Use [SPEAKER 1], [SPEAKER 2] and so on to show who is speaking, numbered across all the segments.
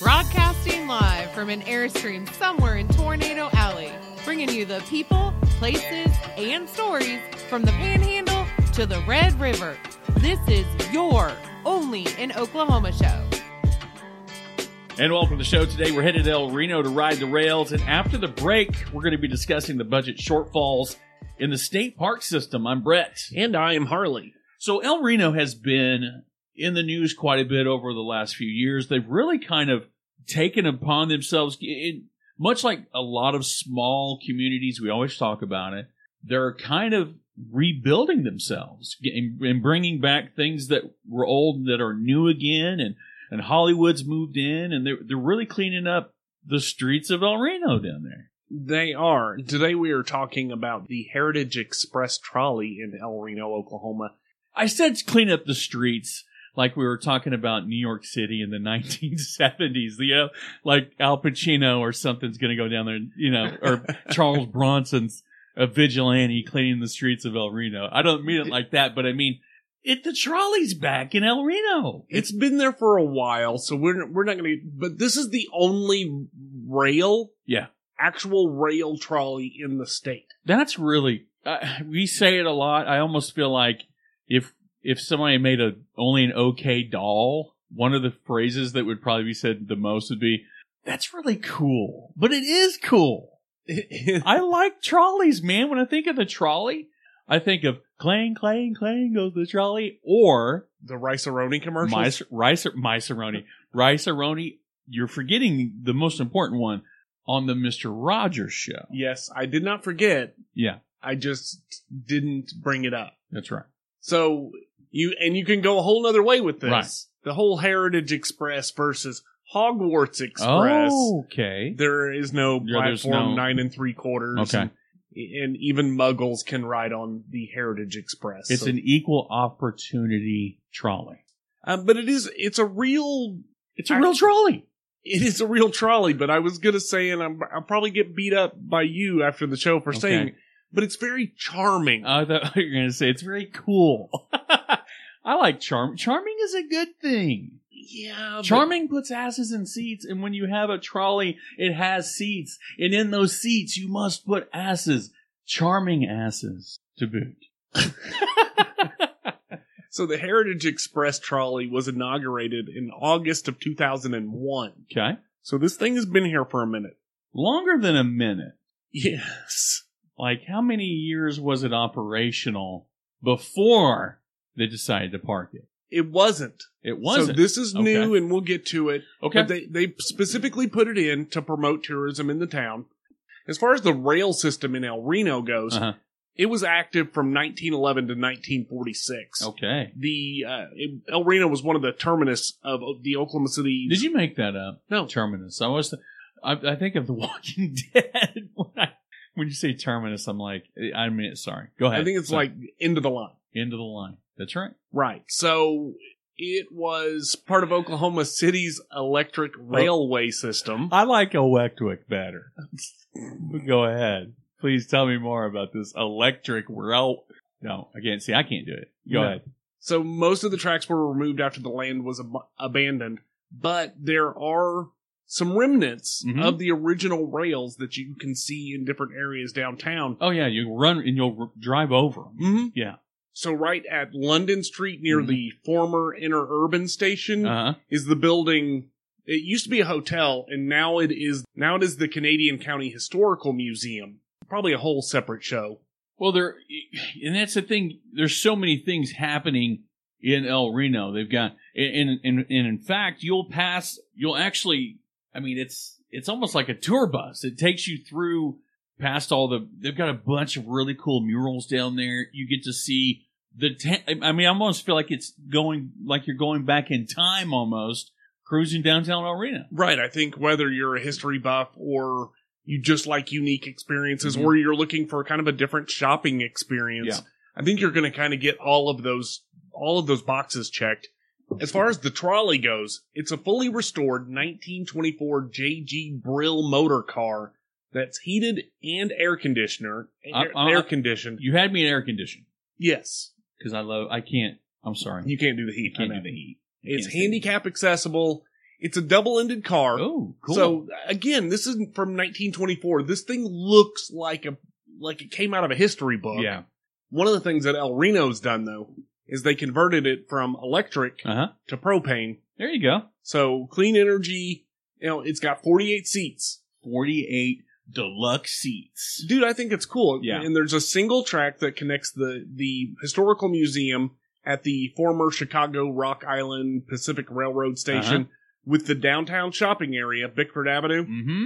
[SPEAKER 1] Broadcasting live from an Airstream somewhere in Tornado Alley, bringing you the people, places, and stories from the Panhandle to the Red River. This is your only in Oklahoma show.
[SPEAKER 2] And welcome to the show. Today we're headed to El Reno to ride the rails. And after the break, we're going to be discussing the budget shortfalls in the state park system. I'm Brett.
[SPEAKER 3] And I am Harley.
[SPEAKER 2] So El Reno has been in the news quite a bit over the last few years. They've really kind of taken upon themselves, it, much like a lot of small communities, we always talk about it, they're kind of rebuilding themselves and, and bringing back things that were old and that are new again. And, and Hollywood's moved in and they're, they're really cleaning up the streets of El Reno down there.
[SPEAKER 3] They are. Today we are talking about the Heritage Express trolley in El Reno, Oklahoma.
[SPEAKER 2] I said clean up the streets like we were talking about New York City in the 1970s, you know, like Al Pacino or something's going to go down there, you know, or Charles Bronson's a vigilante cleaning the streets of El Reno. I don't mean it like that, but I mean, it, the trolley's back in El Reno.
[SPEAKER 3] It's been there for a while, so we're we're not going to. But this is the only rail,
[SPEAKER 2] Yeah.
[SPEAKER 3] actual rail trolley in the state.
[SPEAKER 2] that's really uh, we say it a lot. I almost feel like if if somebody made a only an okay doll, one of the phrases that would probably be said the most would be, "That's really cool," but it is cool. I like trolleys, man. When I think of the trolley, I think of clang, clang, clang goes the trolley, or
[SPEAKER 3] the Rice Aroni commercials.
[SPEAKER 2] Mice, rice, Miceroni, Riceroni. You're forgetting the most important one on the Mister Rogers show.
[SPEAKER 3] yes, I did not forget.
[SPEAKER 2] Yeah,
[SPEAKER 3] I just didn't bring it up.
[SPEAKER 2] that's right.
[SPEAKER 3] So you and you can go a whole nother way with this.
[SPEAKER 2] Right.
[SPEAKER 3] The whole Heritage Express versus Hogwarts Express.
[SPEAKER 2] okay.
[SPEAKER 3] There is no
[SPEAKER 2] Yeah, there's
[SPEAKER 3] platform
[SPEAKER 2] no-
[SPEAKER 3] nine and three quarters.
[SPEAKER 2] Okay.
[SPEAKER 3] And, and even muggles can ride on the Heritage Express.
[SPEAKER 2] It's
[SPEAKER 3] So-
[SPEAKER 2] an equal opportunity trolley.
[SPEAKER 3] um, but it is it's a real
[SPEAKER 2] It's a real trolley.
[SPEAKER 3] it is a real trolley. But I was gonna say, and I'm, I'll probably get beat up by you after the show for
[SPEAKER 2] Okay. Uh,
[SPEAKER 3] saying. it, But it's very charming.
[SPEAKER 2] I thought you were going to say it's very cool. I like charm. Charming is a good thing. Uh,
[SPEAKER 3] yeah, but-
[SPEAKER 2] Charming puts asses in seats, and when you have a trolley, it has seats, and in those seats, you must put asses, charming asses to boot.
[SPEAKER 3] So the Heritage Express trolley was inaugurated in August of 2001.
[SPEAKER 2] Okay,
[SPEAKER 3] So this thing has been here for a minute.
[SPEAKER 2] longer than a minute.
[SPEAKER 3] Yes.
[SPEAKER 2] Like, how many years was it operational before they decided to park it?
[SPEAKER 3] It wasn't.
[SPEAKER 2] It wasn't.
[SPEAKER 3] So this is
[SPEAKER 2] Okay.
[SPEAKER 3] new and we'll get to it.
[SPEAKER 2] okay.
[SPEAKER 3] But they, they specifically put it in to promote tourism in the town. As far as the rail system in El Reno goes,
[SPEAKER 2] Uh-huh.
[SPEAKER 3] it was active from 1911 to 1946.
[SPEAKER 2] Okay.
[SPEAKER 3] The uh, it- El Reno was one of the terminus of the Oklahoma City.
[SPEAKER 2] Did you make that up?
[SPEAKER 3] No.
[SPEAKER 2] Terminus. I was. I, I think of The Walking Dead when I when you say terminus. I'm like, I mean, sorry. Go ahead.
[SPEAKER 3] I think it's
[SPEAKER 2] So,
[SPEAKER 3] like end of the line.
[SPEAKER 2] end of the line. That's right.
[SPEAKER 3] Right. So it was part of Oklahoma City's electric railway system.
[SPEAKER 2] I like Electric better. Go ahead. Please tell me more about this electric rail. No, I can't see. I can't do it. Go
[SPEAKER 3] No.
[SPEAKER 2] ahead.
[SPEAKER 3] So most of the tracks were removed after the land was ab- abandoned, but there are some remnants
[SPEAKER 2] Mhm.
[SPEAKER 3] of the original rails that you can see in different areas downtown.
[SPEAKER 2] Oh yeah, you run and you'll r- drive over 'em.
[SPEAKER 3] Mm-hmm.
[SPEAKER 2] Yeah.
[SPEAKER 3] So right at London Street near
[SPEAKER 2] Mhm.
[SPEAKER 3] the former interurban station
[SPEAKER 2] Uh-huh.
[SPEAKER 3] is the building it used to be a hotel and now it is now it is the Canadian County Historical Museum. Probably a whole separate show.
[SPEAKER 2] Well, there, and that's the thing. There's so many things happening in El Reno. They've got, and and and in fact, you'll pass. You'll actually. I mean, it's it's almost like a tour bus. It takes you through past all the. They've got a bunch of really cool murals down there. You get to see the. ta- I mean, I almost feel like it's going like you're going back in time almost, cruising downtown El Reno.
[SPEAKER 3] Right. I think whether you're a history buff or you just like unique experiences
[SPEAKER 2] Mhm.
[SPEAKER 3] or you're looking for kind of a different shopping experience,
[SPEAKER 2] Yeah.
[SPEAKER 3] I think you're going to kind of get all of those all of those boxes checked. As far as the trolley goes, it's a fully restored 1924 JG Brill motor car that's heated and air conditioner air,
[SPEAKER 2] I- I-
[SPEAKER 3] air conditioned.
[SPEAKER 2] You had me in air conditioned
[SPEAKER 3] Yes,
[SPEAKER 2] because I love. I can't. I'm sorry.
[SPEAKER 3] you can't do the heat.
[SPEAKER 2] can't
[SPEAKER 3] I
[SPEAKER 2] do
[SPEAKER 3] know.
[SPEAKER 2] the heat.
[SPEAKER 3] It's
[SPEAKER 2] Can't stand it.
[SPEAKER 3] handicap accessible. It's a double-ended car.
[SPEAKER 2] Oh, cool.
[SPEAKER 3] So again, this isn't from 1924. This thing looks like a like it came out of a history book.
[SPEAKER 2] yeah.
[SPEAKER 3] One of the things that El Reno's done though is they converted it from electric
[SPEAKER 2] Uh huh.
[SPEAKER 3] to propane.
[SPEAKER 2] There you go.
[SPEAKER 3] So clean energy. You know, it's got 48 seats.
[SPEAKER 2] 48 deluxe seats.
[SPEAKER 3] Dude, I think it's cool.
[SPEAKER 2] Yeah.
[SPEAKER 3] And there's a single track that connects the the historical museum at the former Chicago Rock Island Pacific
[SPEAKER 2] Uh-huh.
[SPEAKER 3] Railroad station with the downtown shopping area, Bickford Avenue.
[SPEAKER 2] Mm-hmm.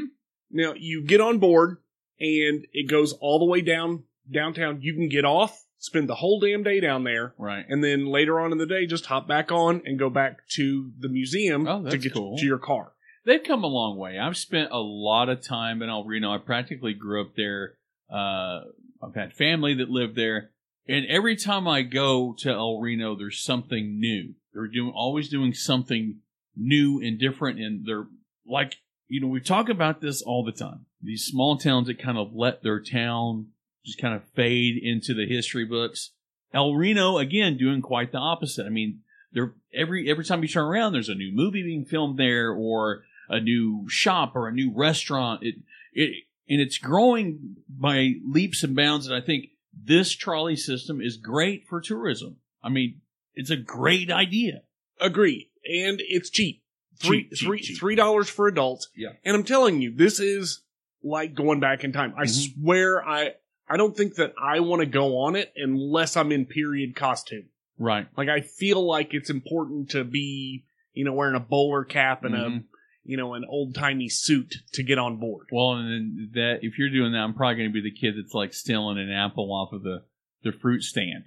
[SPEAKER 3] Now you get on board and it goes all the way down downtown. You can get off, spend the whole damn day down there,
[SPEAKER 2] Right.
[SPEAKER 3] and then later on in the day just hop back on and go back to the museum
[SPEAKER 2] Oh,
[SPEAKER 3] to
[SPEAKER 2] that's
[SPEAKER 3] get
[SPEAKER 2] cool.
[SPEAKER 3] to your car.
[SPEAKER 2] They've come a long way. I've spent a lot of time in El Reno. I practically grew up there. Uh, I've had family that lived there. And every time I go to El Reno, there's something new. They're doing always doing something new and different. And they're like, you know, we talk about this all the time. These small towns that kind of let their town just kind of fade into the history books. El Reno, again, doing quite the opposite. I mean, there every every time you turn around, there's a new movie being filmed there, or a new shop, or a new restaurant. It it and it's growing by leaps and bounds. And I think this trolley system is great for tourism. I mean, it's a great idea.
[SPEAKER 3] Agree. And it's cheap. Three
[SPEAKER 2] Cheap, cheap,
[SPEAKER 3] three-
[SPEAKER 2] cheap.
[SPEAKER 3] three dollars for adults.
[SPEAKER 2] Yeah.
[SPEAKER 3] And I'm telling you, this is like going back in time. I
[SPEAKER 2] Mhm.
[SPEAKER 3] swear I I don't think that I want to go on it unless I'm in period costume.
[SPEAKER 2] Right.
[SPEAKER 3] Like I feel like it's important to be, you know, wearing a bowler cap and a
[SPEAKER 2] Mhm.
[SPEAKER 3] you know, an old timey suit to get on board.
[SPEAKER 2] Well, and then that if you're doing that, I'm probably going to be the kid that's like stealing an apple off of the the fruit stand.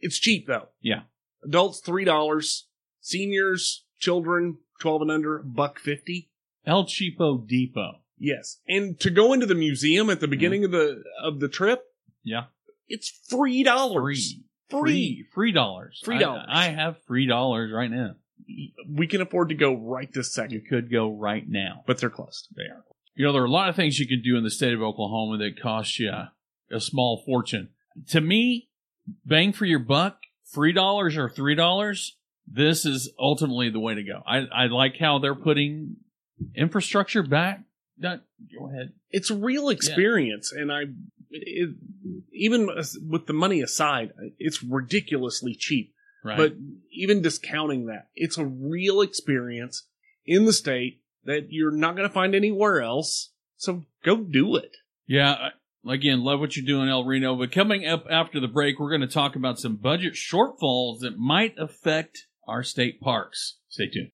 [SPEAKER 3] It's cheap though.
[SPEAKER 2] Yeah.
[SPEAKER 3] Adults three dollars, seniors, children, twelve and under, buck fifty.
[SPEAKER 2] El Cheapo Depot.
[SPEAKER 3] Yes. And to go into the museum at the beginning of the of the trip,
[SPEAKER 2] Mm-hmm. Yeah.
[SPEAKER 3] it's free dollars.
[SPEAKER 2] Free. Free. Free dollars.
[SPEAKER 3] Free
[SPEAKER 2] I-
[SPEAKER 3] dollars.
[SPEAKER 2] I have free dollars right now.
[SPEAKER 3] We can afford to go right this
[SPEAKER 2] You
[SPEAKER 3] second.
[SPEAKER 2] could go right now.
[SPEAKER 3] But they're closed.
[SPEAKER 2] there. You know, there are a lot of things you can do in the state of Oklahoma that cost you a, a small fortune. To me, bang for your buck, three dollars or three dollars, this is ultimately the way to go. I, I like how they're putting infrastructure back. That, go ahead.
[SPEAKER 3] It's a real experience, and I, it, even with the money aside, it's ridiculously cheap.
[SPEAKER 2] Right.
[SPEAKER 3] But even discounting that, it's a real experience in the state that you're not going to find anywhere else. So go do it.
[SPEAKER 2] Yeah. I- Again, love what you're doing, El Reno. But coming up after the break, we're going to talk about some budget shortfalls that might affect our state parks. Stay tuned.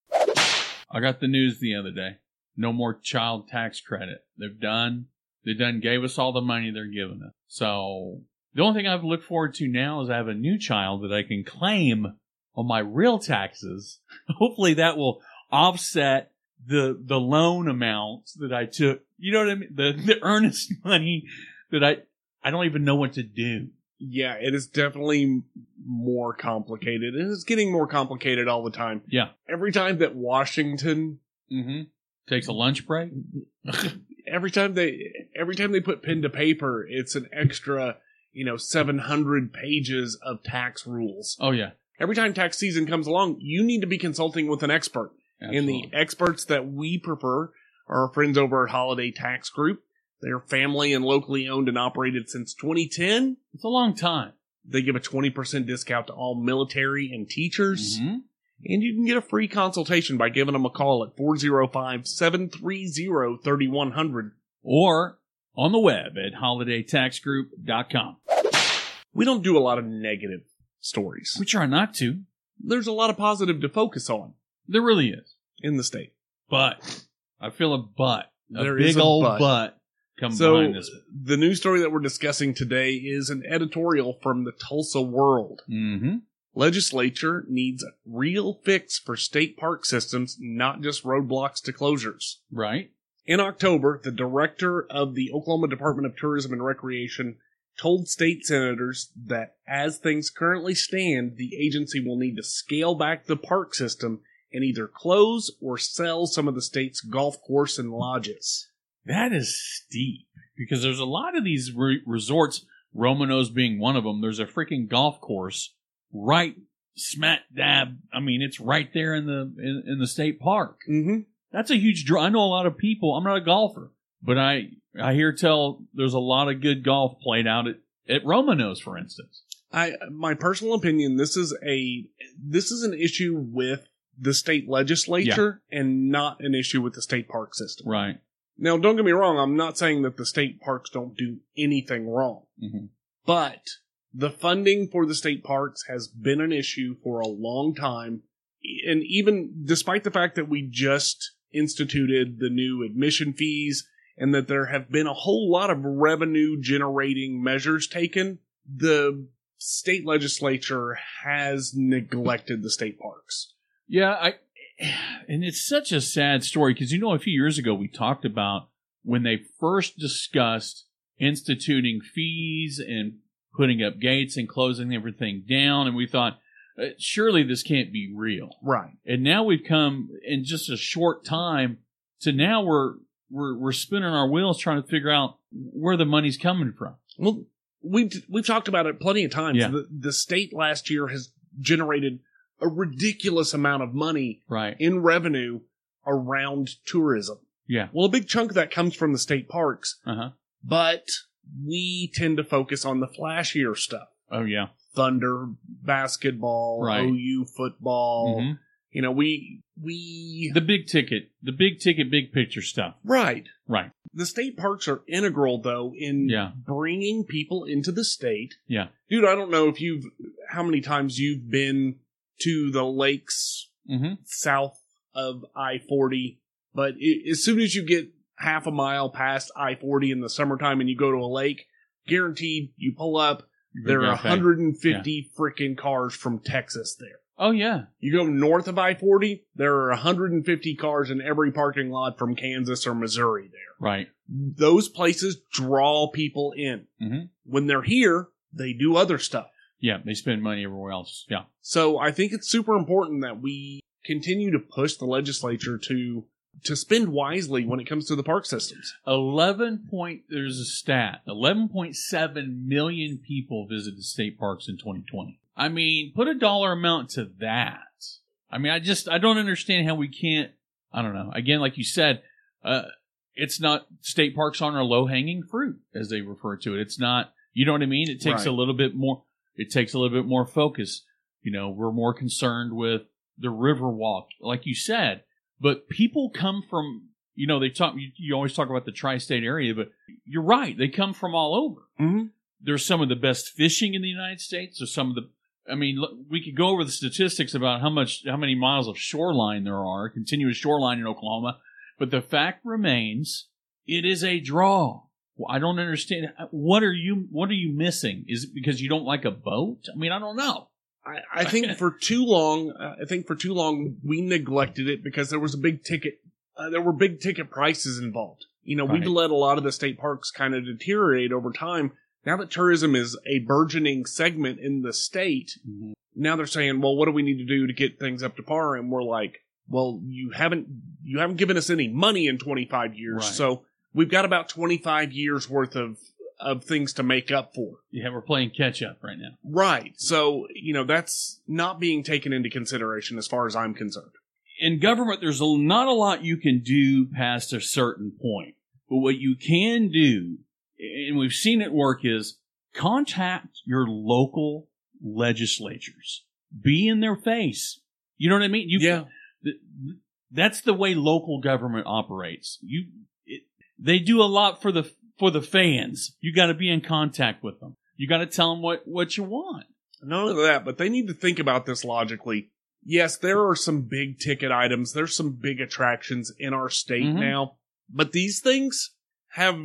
[SPEAKER 2] I got the news the other day. No more child tax credit. They've done, they done gave us all the money they're giving us. So the only thing I've looked forward to now is I have a new child that I can claim on my real taxes. Hopefully that will offset the the loan amount that I took. You know what I mean? The the earnest money that I I don't even know what to do.
[SPEAKER 3] Yeah, it is definitely m- more complicated, and it's getting more complicated all the time.
[SPEAKER 2] Yeah.
[SPEAKER 3] Every time that Washington,
[SPEAKER 2] Mm-hmm. Takes a lunch break.
[SPEAKER 3] every time they, every time they put pen to paper, it's an extra, you know, seven hundred pages of tax rules.
[SPEAKER 2] Oh yeah,
[SPEAKER 3] Every time tax season comes along, you need to be consulting with an expert. And
[SPEAKER 2] Absolutely.
[SPEAKER 3] the experts that we prefer are our friends over at Holiday Tax Group. They're family and locally owned and operated since 2010.
[SPEAKER 2] it's a long time.
[SPEAKER 3] They give a 20% discount to all military and teachers.
[SPEAKER 2] Mhm.
[SPEAKER 3] And you can get a free consultation by giving them a call at 405 730 3100.
[SPEAKER 2] Or on the web at holidaytaxgroup.com.
[SPEAKER 3] We don't do a lot of negative stories.
[SPEAKER 2] We try not to.
[SPEAKER 3] There's a lot of positive to focus on
[SPEAKER 2] There really is,
[SPEAKER 3] in the state.
[SPEAKER 2] but I feel a butt. A
[SPEAKER 3] There
[SPEAKER 2] big
[SPEAKER 3] is a
[SPEAKER 2] old
[SPEAKER 3] but.
[SPEAKER 2] butt, come
[SPEAKER 3] So-
[SPEAKER 2] behind this.
[SPEAKER 3] The news story that we're discussing today is an editorial from the Tulsa World.
[SPEAKER 2] Mm-hmm.
[SPEAKER 3] Legislature needs a real fix for state park systems, not just roadblocks to closures.
[SPEAKER 2] Right.
[SPEAKER 3] In October, the director of the Oklahoma Department of Tourism and Recreation told state senators that as things currently stand, the agency will need to scale back the park system and either close or sell some of the state's golf course and lodges.
[SPEAKER 2] That is steep because there's a lot of these re- resorts, Romano's being one of them. There's a freaking golf course right smack dab. I mean, it's right there in the in, in the state park.
[SPEAKER 3] Mm-hmm.
[SPEAKER 2] That's a huge draw. I know a lot of people. I'm not a golfer, but I I hear tell there's a lot of good golf played out at at Romano's, for instance.
[SPEAKER 3] I my personal opinion, this is a this is an issue with the state legislature and not an issue with the state park system.
[SPEAKER 2] Right.
[SPEAKER 3] Now, don't get me wrong, I'm not saying that the state parks don't do anything wrong,
[SPEAKER 2] Mhm.
[SPEAKER 3] but the funding for the state parks has been an issue for a long time. And even despite the fact that we just instituted the new admission fees and that there have been a whole lot of revenue generating measures taken, the state legislature has neglected the state parks.
[SPEAKER 2] Yeah, I and it's such a sad story because you know a few years ago we talked about when they first discussed instituting fees and putting up gates and closing everything down and we thought uh, surely this can't be real.
[SPEAKER 3] Right.
[SPEAKER 2] And now we've come in just a short time to now we're we're we're spinning our wheels trying to figure out where the money's coming from.
[SPEAKER 3] Well, we've we've talked about it plenty of times.
[SPEAKER 2] Yeah.
[SPEAKER 3] The, the state last year has generated a ridiculous amount of money
[SPEAKER 2] Right.
[SPEAKER 3] in revenue around tourism.
[SPEAKER 2] Yeah.
[SPEAKER 3] Well, a big chunk of that comes from the state parks,
[SPEAKER 2] Uh-huh.
[SPEAKER 3] but we tend to focus on the flashier stuff:
[SPEAKER 2] Oh yeah.
[SPEAKER 3] Thunder basketball,
[SPEAKER 2] Right.
[SPEAKER 3] OU football.
[SPEAKER 2] Mhm.
[SPEAKER 3] You know, we we
[SPEAKER 2] The big ticket, the big ticket big picture stuff.
[SPEAKER 3] right.
[SPEAKER 2] Right.
[SPEAKER 3] The state parks are integral, though, in
[SPEAKER 2] Yeah.
[SPEAKER 3] bringing people into the state.
[SPEAKER 2] Yeah.
[SPEAKER 3] dude, I don't know if you've how many times you've been to the lakes
[SPEAKER 2] Mhm.
[SPEAKER 3] south of I forty, but i as soon as you get half a mile past I forty in the summertime and you go to a lake, guaranteed you pull up. There are
[SPEAKER 2] Okay.
[SPEAKER 3] 150 frickin' cars from Texas there.
[SPEAKER 2] Oh yeah.
[SPEAKER 3] You go north of I 40, there are 150 cars in every parking lot from Kansas or Missouri there
[SPEAKER 2] Right.
[SPEAKER 3] those places draw people in.
[SPEAKER 2] Mhm.
[SPEAKER 3] When they're here, they do other stuff.
[SPEAKER 2] Yeah, they spend money everywhere else. Yeah.
[SPEAKER 3] So I think it's super important that we continue to push the legislature to to spend wisely when it comes to the park systems.
[SPEAKER 2] Eleven point there's a stat. Eleven point seven million people visited state parks in twenty twenty. I mean, put a dollar amount to that. I mean, I just I don't understand how we can't I don't know. Again, like you said, uh it's not state parks aren't a low hanging fruit, as they refer to it. It's not you know what I mean? It takes
[SPEAKER 3] Right.
[SPEAKER 2] a little bit more it takes a little bit more focus. You know, we're more concerned with the river walk, like you said. But people come from you know, they talk you, you always talk about the tri state area, but you're right, they come from all over
[SPEAKER 3] Mm-hmm.
[SPEAKER 2] there's some of the best fishing in the United States. There's some of the, I mean, look, we could go over the statistics about how much, how many miles of shoreline there are, continuous shoreline in Oklahoma, but the fact remains, it is a draw. Well, I don't understand uh, what are you, what are you missing? Is it because you don't like a boat? I mean, I don't know.
[SPEAKER 3] I, I think for too long, uh, I think for too long we neglected it because there was a big ticket. Uh, there were big ticket prices involved. You know,
[SPEAKER 2] Right.
[SPEAKER 3] we've let a lot of the state parks kind of deteriorate over time. Now that tourism is a burgeoning segment in the state, now they're saying, well, what do we need to do to get things up to par? And we're like, well, you haven't you haven't given us any money in 25 years,
[SPEAKER 2] Right.
[SPEAKER 3] so we've got about 25 years worth of of things to make up for.
[SPEAKER 2] Yeah, we're playing catch up right now.
[SPEAKER 3] Right. So, you know, that's not being taken into consideration as far as I'm concerned.
[SPEAKER 2] in government, there's a, not a lot you can do past a certain point. But what you can do, and we've seen it work, is contact your local legislatures. Be in their face. You know what I mean? You, th- th- that's the way local government operates. You, it, they do a lot for the for the fans. You got to be in contact with them. You got to tell them what what you want.
[SPEAKER 3] Not only that, but they need to think about this logically. Yes, there are some big ticket items. There's some big attractions in our state
[SPEAKER 2] Mhm.
[SPEAKER 3] now, but these things have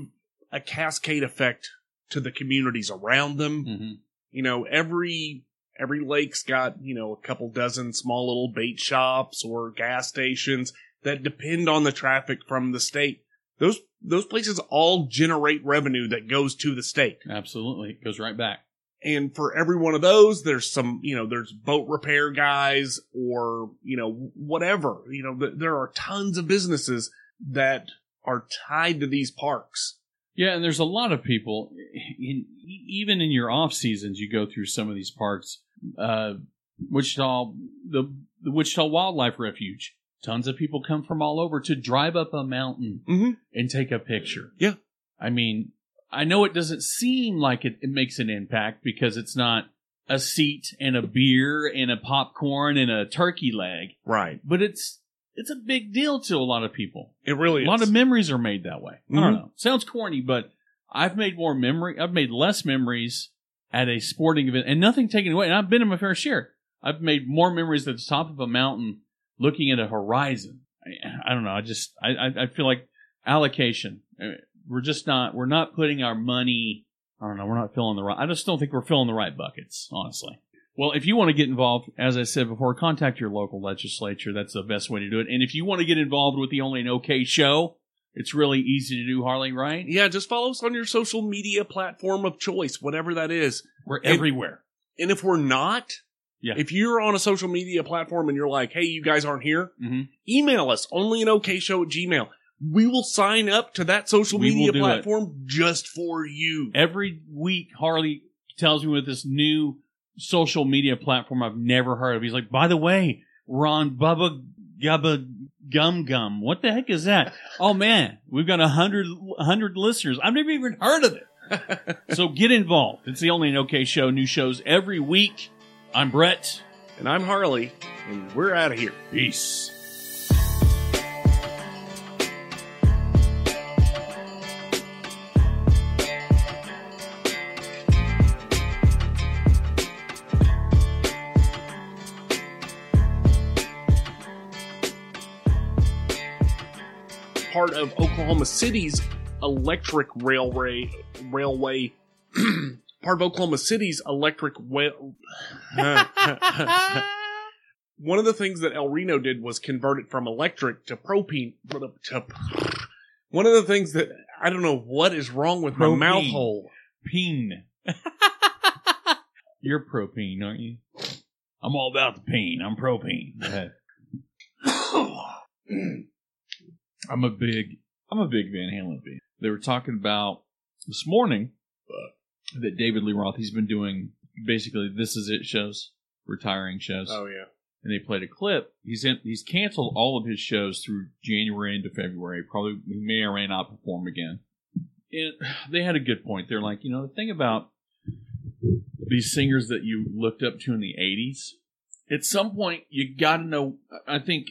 [SPEAKER 3] a cascade effect to the communities around them.
[SPEAKER 2] Mm-hmm.
[SPEAKER 3] You know, every every lake's got, you know, a couple dozen small little bait shops or gas stations that depend on the traffic from the state. Those those places all generate revenue that goes to the state
[SPEAKER 2] Absolutely, it goes right back.
[SPEAKER 3] and for every one of those there's some you know there's boat repair guys or you know whatever you know th- there are tons of businesses that are tied to these parks
[SPEAKER 2] Yeah, and there's a lot of e, people, in, even in your off seasons, you go through some of these parks. Uh, Wichita, the, the Wichita Wildlife Refuge. Tons of people come from all over to drive up a mountain
[SPEAKER 3] Mm-hmm.
[SPEAKER 2] and take a picture.
[SPEAKER 3] Yeah.
[SPEAKER 2] I mean, I know it doesn't seem like it, it makes an impact because it's not a seat and a beer and a popcorn and a turkey leg,
[SPEAKER 3] Right.
[SPEAKER 2] but it's it's a big deal to a lot of people.
[SPEAKER 3] It really
[SPEAKER 2] A
[SPEAKER 3] is.
[SPEAKER 2] lot of memories are made that way. I don't
[SPEAKER 3] Mhm.
[SPEAKER 2] know. Sounds corny, but I've made more memory. I've made less memories at a sporting event, and nothing taken away. And I've been in my fair share. I've made more memories at the top of a mountain, looking at a horizon. I, I don't know. I just I, I I feel like allocation. Uh, We're just not. We're not putting our money. I don't know. We're not filling the right. I just don't think we're filling the right buckets, honestly. Well, if you want to get involved, as I said before, contact your local legislature. That's the best way to do it. And if you want to get involved with the Only an OK show, it's really easy to do, Harley, right?
[SPEAKER 3] yeah, just follow us on your social media platform of choice, whatever that is.
[SPEAKER 2] We're
[SPEAKER 3] And-
[SPEAKER 2] everywhere.
[SPEAKER 3] And if we're not,
[SPEAKER 2] Yeah.
[SPEAKER 3] if you're on a social media platform and you're like, hey, you guys aren't here,
[SPEAKER 2] Mm-hmm.
[SPEAKER 3] email us only an okay show at Gmail. We will sign up to that social
[SPEAKER 2] We will
[SPEAKER 3] media
[SPEAKER 2] do it.
[SPEAKER 3] platform just for you.
[SPEAKER 2] Every week, Harley tells me with this new social media platform I've never heard of. He's like, by the way, we're on Bubba Gubba Gum Gum. What the heck is that? oh, man, we've got a hundred hundred listeners. I've never even heard of it. so get involved. It's the Only an OK show. New shows every week. I'm Brett.
[SPEAKER 3] And I'm Harley, and we're out of here.
[SPEAKER 2] Peace.
[SPEAKER 3] part of Oklahoma City's electric railway railway part of Oklahoma City's electric well One of the things that El Reno did was convert it from electric to propane to One of the things that I don't know what is wrong with
[SPEAKER 2] Propene.
[SPEAKER 3] my mouth hole.
[SPEAKER 2] Peen. You're propane, aren't you? I'm all about the peen. I'm propane. Go ahead.
[SPEAKER 3] Oh,
[SPEAKER 2] I'm a big I'm a big Van Halen fan. They were talking about this morning uh, that David Lee Roth he's been doing basically this is it shows, retiring shows.
[SPEAKER 3] oh yeah.
[SPEAKER 2] And they played a clip. He's in, he's canceled all of his shows through January into February. Probably he may or may not perform again. And they had a good point. They're like, you know, the thing about these singers that you looked up to in the 80s, at some point you got to know I think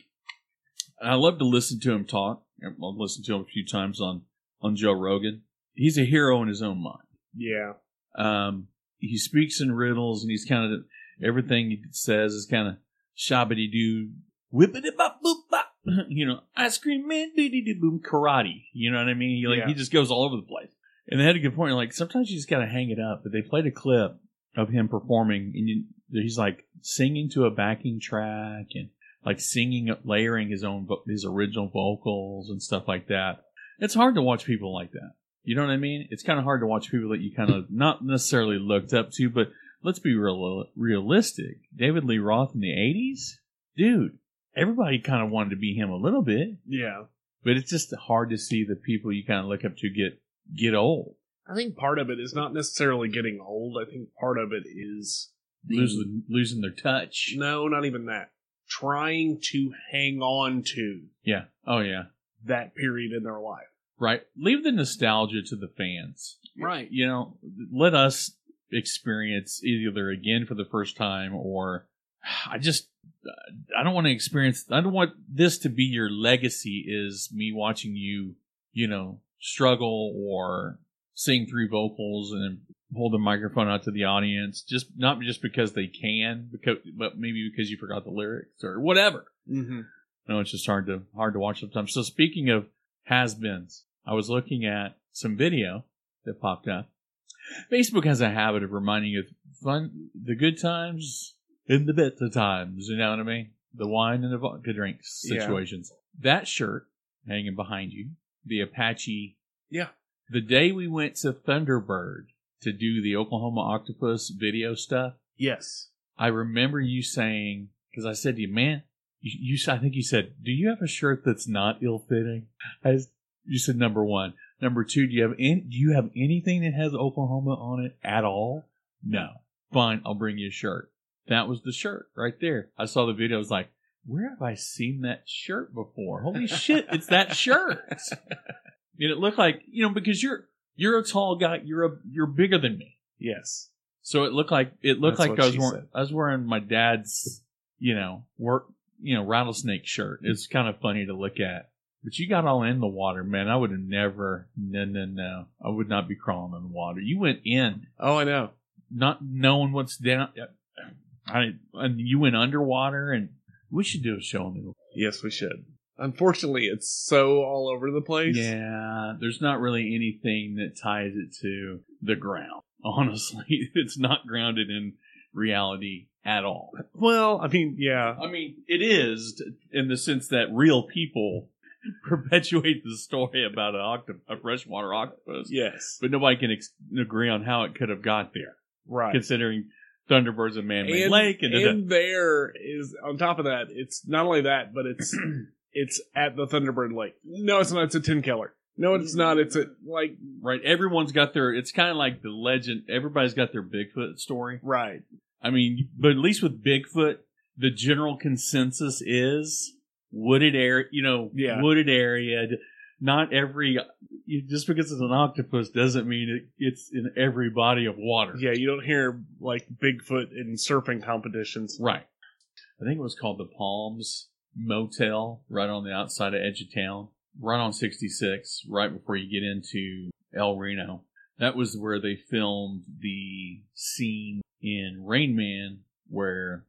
[SPEAKER 2] I love to listen to him talk. I've listened to him a few times on on Joe Rogan. He's a hero in his own mind.
[SPEAKER 3] Yeah.
[SPEAKER 2] Um, he speaks in riddles, and he's kind of everything he says is kind of shabbity doo, whippity bop boop bop. You know, ice cream man, biddy doo boom, karate. You know what I mean? He like
[SPEAKER 3] Yeah.
[SPEAKER 2] he just goes all over the place. And they had a good point. Like sometimes you just gotta hang it up. But they played a clip of him performing, and you, he's like singing to a backing track, and like singing, layering his own vo- his original vocals and stuff like that. It's hard to watch people like that. You know what I mean? It's kind of hard to watch people that you kind of not necessarily looked up to, but let's be real, realistic. David Lee Roth in the 80s? Dude, everybody kind of wanted to be him a little bit,
[SPEAKER 3] Yeah.
[SPEAKER 2] but it's just hard to see the people you kind of look up to get get old.
[SPEAKER 3] I think part of it is not necessarily getting old. I think part of it is
[SPEAKER 2] Losing, losing their touch.
[SPEAKER 3] No, not even that. Trying to hang on to
[SPEAKER 2] Yeah. Oh, yeah.
[SPEAKER 3] that period in their life.
[SPEAKER 2] Right. Leave the nostalgia to the fans.
[SPEAKER 3] Right.
[SPEAKER 2] You know, let us experience either again for the first time or I just I don't want to experience I don't want this to be your legacy is me watching you, you know, struggle or sing three vocals and then hold the microphone out to the audience just not just because they can because but maybe because you forgot the lyrics or whatever.
[SPEAKER 3] Mm-hmm.
[SPEAKER 2] No, it's just hard to hard to watch sometimes. So speaking of has-beens, I was looking at some video that popped up. Facebook has a habit of reminding you of fun, the good times and the better times. You know what I mean? The wine and the vodka drinks
[SPEAKER 3] Yeah.
[SPEAKER 2] situations. That shirt hanging behind you, the Apache.
[SPEAKER 3] Yeah.
[SPEAKER 2] The day we went to Thunderbird to do the Oklahoma Octopus video stuff.
[SPEAKER 3] Yes.
[SPEAKER 2] I remember you saying because I said to you, man, you, you. I think you said, do you have a shirt that's not ill fitting? As you said, number one, number two, do you have any, do you have anything that has Oklahoma on it at all? No, fine, I'll bring you a shirt. That was the shirt right there. I saw the video. I was like, where have I seen that shirt before? Holy shit, it's that shirt. and it looked like, you know, because you're you're a tall guy, you're a you're bigger than me.
[SPEAKER 3] Yes.
[SPEAKER 2] So it looked like it looked
[SPEAKER 3] That's
[SPEAKER 2] like
[SPEAKER 3] what
[SPEAKER 2] I was
[SPEAKER 3] she
[SPEAKER 2] wearing
[SPEAKER 3] said.
[SPEAKER 2] I was wearing my dad's, you know, work, you know, rattlesnake shirt. It's kind of funny to look at. But you got all in the water, man. I would have never no no no. I would not be crawling in the water. You went in
[SPEAKER 3] Oh, I know.
[SPEAKER 2] not knowing what's down. uh, I and you went underwater and we should do a show on the
[SPEAKER 3] Yes, we should. Unfortunately, it's so all over the place.
[SPEAKER 2] Yeah, there's not really anything that ties it to the ground. Honestly, it's not grounded in reality at all.
[SPEAKER 3] Well, I mean, yeah.
[SPEAKER 2] I mean, it is t- in the sense that real people perpetuate the story about an octop- a freshwater octopus,
[SPEAKER 3] Yes.
[SPEAKER 2] but nobody can ex- agree on how it could have got there,
[SPEAKER 3] Right.
[SPEAKER 2] considering Thunderbird's a man-made
[SPEAKER 3] and,
[SPEAKER 2] lake and, da-da.
[SPEAKER 3] and there is on top of that it's not only that but it's it's at the thunderbird lake no it's not it's a tin keller no it's not it's a like
[SPEAKER 2] right, everyone's got their. It's kind of like the legend. Everybody's got their Bigfoot story.
[SPEAKER 3] right
[SPEAKER 2] I mean, but at least with Bigfoot, the general consensus is wooded area, you know,
[SPEAKER 3] Yeah.
[SPEAKER 2] wooded area. Not every, you- just because it's an octopus doesn't mean it, it's in every body of water.
[SPEAKER 3] yeah you don't hear like bigfoot in surfing competitions
[SPEAKER 2] Right. I think it was called the Palms Motel, right on the outside of Edge of Town, right on 66, right before you get into El Reno. That was where they filmed the scene in Rain Man where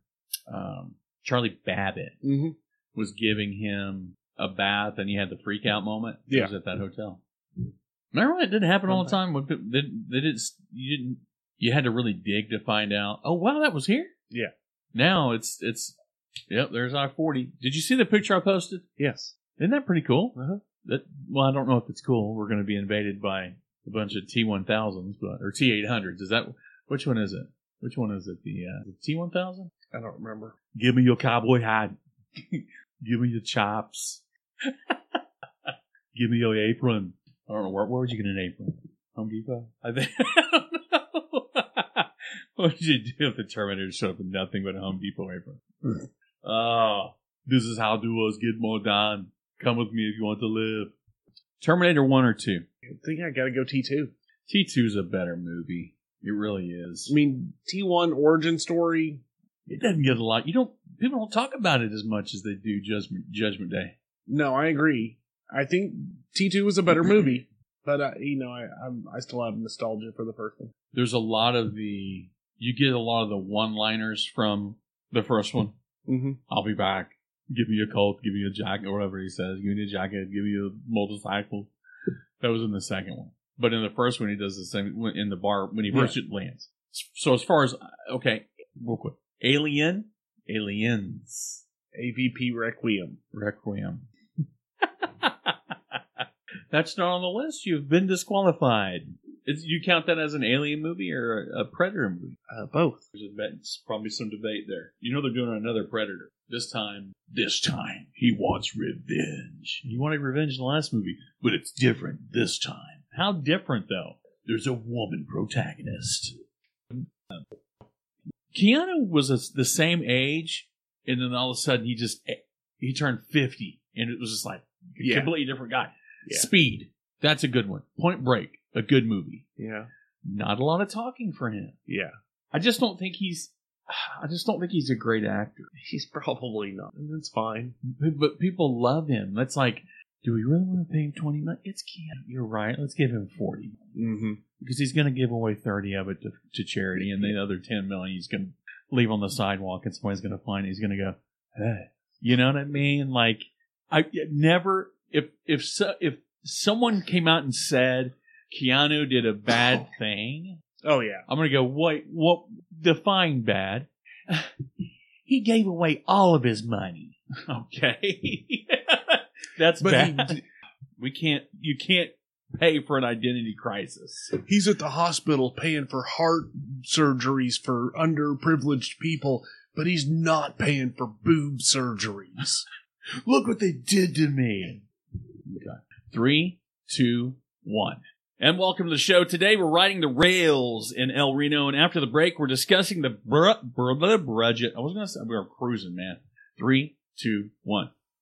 [SPEAKER 2] um, Charlie Babbitt
[SPEAKER 3] mm-hmm.
[SPEAKER 2] was giving him a bath and he had the freak out moment. It
[SPEAKER 3] Yeah.
[SPEAKER 2] was at that hotel. Remember, it didn't happen all the time. When people- They, they didn't, you didn't, you had to really dig to find out. Oh wow, that was here.
[SPEAKER 3] Yeah.
[SPEAKER 2] Now it's it's yep. There's I forty. Did you see the picture I posted?
[SPEAKER 3] yes
[SPEAKER 2] Isn't that pretty cool?
[SPEAKER 3] Uh-huh.
[SPEAKER 2] That well, I don't know if it's cool. We're going to be invaded by a bunch of T one thousands, but or T eight hundreds. Is that which one is it? Which one is it? The T one thousand.
[SPEAKER 3] i don't remember
[SPEAKER 2] Give me your cowboy hat. Give me your chops. Give me your apron. I don't know where, where would you get an apron? Home Depot. I think. I don't know. what would you do if the Terminator showed up with nothing but a Home Depot apron? Oh, this is how do us get more done. Come with me if you want to live. Terminator one or two.
[SPEAKER 3] i think i gotta go t2
[SPEAKER 2] T two is a better movie. It really is.
[SPEAKER 3] i mean t1 origin story
[SPEAKER 2] It doesn't get a lot. You don't. People don't talk about it as much as they do Judgment Judgment Day.
[SPEAKER 3] no i agree i think t2 was a better movie but uh, you know I, I'm, I still have nostalgia for the first one
[SPEAKER 2] there's a lot of the you get a lot of the one liners from the first one.
[SPEAKER 3] mm-hmm.
[SPEAKER 2] I'll be back. Give me a coat, give me a jacket, or whatever he says. Give me a jacket, give me a motorcycle. That was in the second one, but in the first one, he does the same when- in the bar when he first lands. So as far as okay, real quick, Alien, Aliens,
[SPEAKER 3] avp requiem
[SPEAKER 2] Requiem. That's not on the list. You've been disqualified. It's, you count that as an alien movie or a, a predator movie?
[SPEAKER 3] uh, both
[SPEAKER 2] There's a bet- probably some debate there. You know they're doing another Predator. This time, this time, he wants revenge. He wanted revenge in the last movie, but it's different this time. How different, though? There's a woman protagonist. Keanu was a, the same age, and then all of a sudden he just he turned fifty, and it was just like a
[SPEAKER 3] Yeah.
[SPEAKER 2] completely different guy.
[SPEAKER 3] Yeah.
[SPEAKER 2] Speed, that's a good one. Point Break, a good movie.
[SPEAKER 3] yeah
[SPEAKER 2] Not a lot of talking for him.
[SPEAKER 3] yeah
[SPEAKER 2] I just don't think he's. I just don't think he's a great actor.
[SPEAKER 3] He's probably not. And that's fine.
[SPEAKER 2] But people love him. That's like, do we really want to pay him twenty million? It's Keanu. You're right. Let's give him forty
[SPEAKER 3] Mm-hmm.
[SPEAKER 2] because he's going to give away thirty of it to, to charity, and the other ten million he's going to leave on the sidewalk, and somebody's going to find. It. He's going to go, hey. you know what I mean? Like, I it never if if so, if someone came out and said Keanu did a bad thing,
[SPEAKER 3] Oh yeah.
[SPEAKER 2] I'm gonna go. Wait, what? Define bad. he gave away all of his money. Okay, that's
[SPEAKER 3] But he
[SPEAKER 2] bad. we can't. You can't pay for an identity crisis.
[SPEAKER 3] He's at the hospital paying for heart surgeries for underprivileged people, but he's not paying for boob surgeries.
[SPEAKER 2] Look what they did to me. Okay. Three, two, one. And welcome to the show. Today we're riding the rails in El Reno, and after the break we're discussing the br- br- br- budget. I was going to say we are cruising, man. Three, two, one.